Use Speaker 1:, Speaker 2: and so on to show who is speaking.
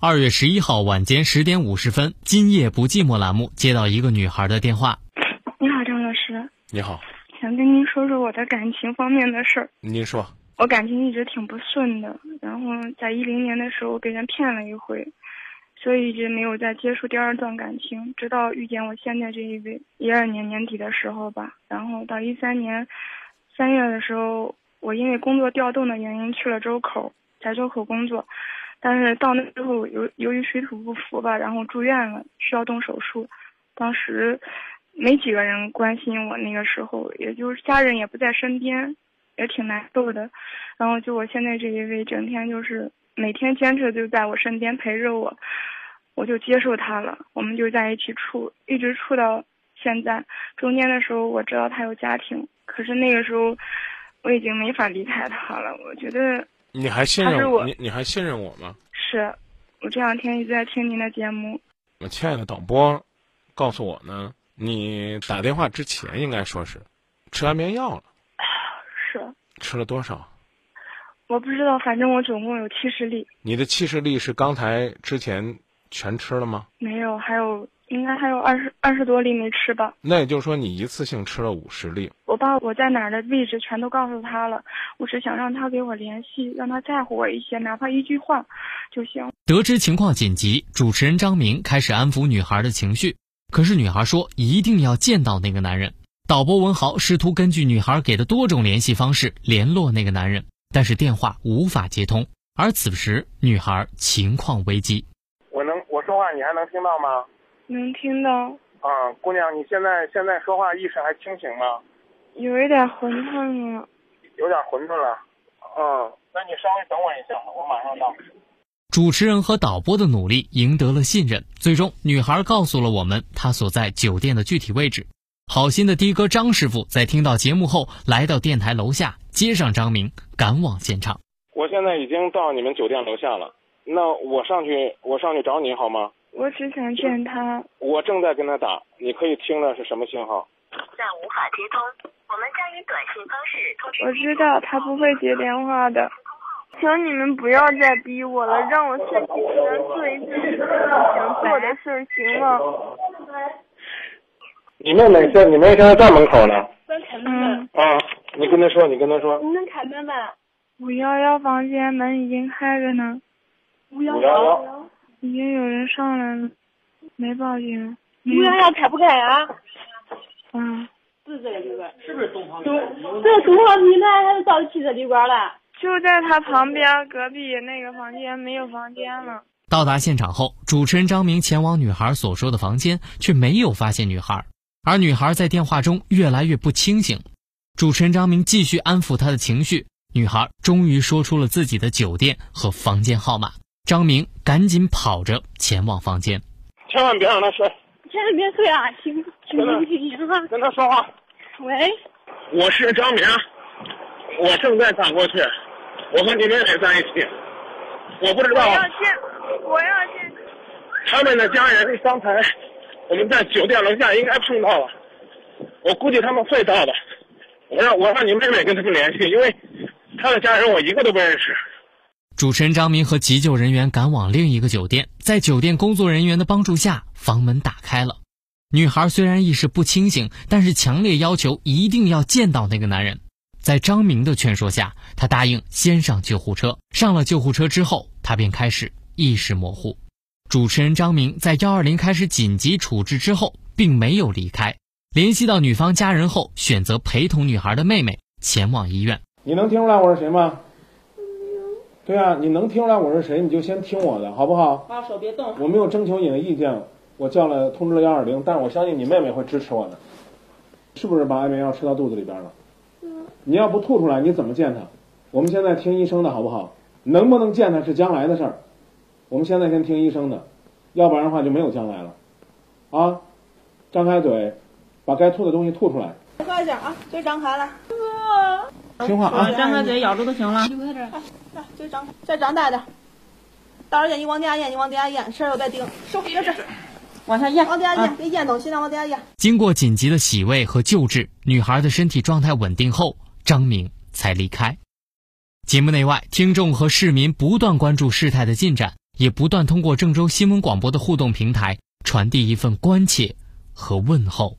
Speaker 1: 二月十一号晚间十点五十分，《今夜不寂寞》栏目接到一个女孩的电话，
Speaker 2: 你好，张老师，
Speaker 3: 你好，
Speaker 2: 想跟您说说我的感情方面的事儿。
Speaker 3: 您说，
Speaker 2: 我感情一直挺不顺的，然后在一零年的时候被人骗了一回，所以一直没有再接触第二段感情，直到遇见我现在这一位，一二年年底的时候吧，然后到一三年三月的时候，我因为工作调动的原因去了周口，在周口工作，但是到那之后由由于水土不服吧，然后住院了，需要动手术，当时没几个人关心我，那个时候也就是家人也不在身边，也挺难受的。然后就我现在这一位，整天就是每天坚持就在我身边陪着我，我就接受他了，我们就在一起处，一直处到现在。中间的时候我知道他有家庭，可是那个时候我已经没法离开他了。我觉得
Speaker 3: 你还信
Speaker 2: 他是
Speaker 3: 任
Speaker 2: 我
Speaker 3: 你？你还信任我吗？
Speaker 2: 是，我这两天一直在听您的节目，
Speaker 3: 我亲爱的导播，告诉我呢，你打电话之前应该说是吃安眠药了，
Speaker 2: 是
Speaker 3: 吃了多少？
Speaker 2: 我不知道，反正我总共有七十粒，
Speaker 3: 你的气势力是刚才之前全吃了吗？
Speaker 2: 没有，还有应该还有二十二十多粒没吃吧。
Speaker 3: 那也就是说你一次性吃了五十粒，
Speaker 2: 我把我在哪儿的位置全都告诉他了，我只想让他给我联系，让他在乎我一些，哪怕一句话就行。
Speaker 1: 得知情况紧急，主持人张明开始安抚女孩的情绪，可是女孩说一定要见到那个男人。导播文豪试图根据女孩给的多种联系方式联络那个男人，但是电话无法接通。而此时，女孩情况危机。
Speaker 4: 我能我说话你还能听到吗？
Speaker 2: 能听到
Speaker 4: 啊，姑娘，你现在现在说话意识还清醒吗？
Speaker 2: 有一点混沌了，
Speaker 4: 有点混沌了。嗯，那你稍微等我一下，我马上到。
Speaker 1: 主持人和导播的努力赢得了信任，最终女孩告诉了我们她所在酒店的具体位置。好心的的哥张师傅在听到节目后，来到电台楼下接上张明，赶往现场。
Speaker 3: 我现在已经到你们酒店楼下了，那我上去我上去找你好吗？
Speaker 2: 我只想见他。
Speaker 3: 我正在跟他打，你可以听的是什么信号？
Speaker 5: 暂无法接通，我们将以短信方式通知。
Speaker 2: 我知道他不会接电话的，请你们不要再逼我了，让我自己只能做一自己想做的事情了。
Speaker 3: 你妹妹在，你妹现在在门口呢。
Speaker 2: 嗯，
Speaker 3: 啊，你跟她说，你跟她说，
Speaker 2: 五幺幺房间门已经开着呢，
Speaker 6: 五幺
Speaker 3: 五幺
Speaker 6: 幺，
Speaker 3: 幺，
Speaker 2: 已经有人上来了，没报警。
Speaker 6: 五幺幺开不开啊？
Speaker 2: 嗯。
Speaker 6: 是这个旅馆，是不是东方？东这东方平台还是到汽车旅馆了？
Speaker 2: 就在他旁边隔壁那个房间没有房间了。
Speaker 1: 到达现场后，主持人张明前往女孩所说的房间，却没有发现女孩，而女孩在电话中越来越不清醒。主持人张明继续安抚她的情绪，女孩终于说出了自己的酒店和房间号码。张明赶紧跑着前往房间。
Speaker 3: 千万别让她睡，
Speaker 6: 千万别睡啊， 请请
Speaker 3: 真的
Speaker 6: 您听电话。
Speaker 3: 跟她说话。
Speaker 6: 喂，
Speaker 3: 我是张明，啊我正在赶过去，我和你妹妹在一起，我不知道
Speaker 2: 见，我要见。
Speaker 3: 他们的家人刚才我们在酒店楼下应该碰到了，我估计他们会到的。我让我让你妹妹跟他们联系，因为他的家人我一个都不认识。
Speaker 1: 主持人张明和急救人员赶往另一个酒店，在酒店工作人员的帮助下，房门打开了。女孩虽然意识不清醒，但是强烈要求一定要见到那个男人。在张明的劝说下，她答应先上救护车。上了救护车之后，她便开始意识模糊。主持人张明在幺二零开始紧急处置之后，并没有离开。联系到女方家人后，选择陪同女孩的妹妹前往医院。
Speaker 3: 你能听出来我是谁吗？
Speaker 6: 嗯
Speaker 3: 对啊，你能听出来我是谁，你就先听我的，好不好？
Speaker 6: 把手别动。
Speaker 3: 我没有征求你的意见，我叫了通知了幺二零，但是我相信你妹妹会支持我的，是不是把安眠药吃到肚子里边了？
Speaker 6: 嗯
Speaker 3: 你要不吐出来，你怎么见她？我们现在听医生的好不好？能不能见她是将来的事儿，我们现在先听医生的，要不然的话就没有将来了。啊，张开嘴，把该吐的东西吐出来，
Speaker 6: 快点啊，嘴张开 了，呃
Speaker 3: 听话啊！
Speaker 7: 张开嘴咬住就行了。
Speaker 6: 来嘴啊张开，再张大点。大点眼睛往底下咽，你往底下咽，伸手别盯，收没事，
Speaker 7: 往下咽。
Speaker 6: 往底下咽，
Speaker 7: 啊
Speaker 6: 别咽东西，了，往底下咽。
Speaker 1: 经过紧急的洗胃和救治，女孩的身体状态稳定后，张明才离开。节目内外，听众和市民不断关注事态的进展，也不断通过郑州新闻广播的互动平台传递一份关切和问候。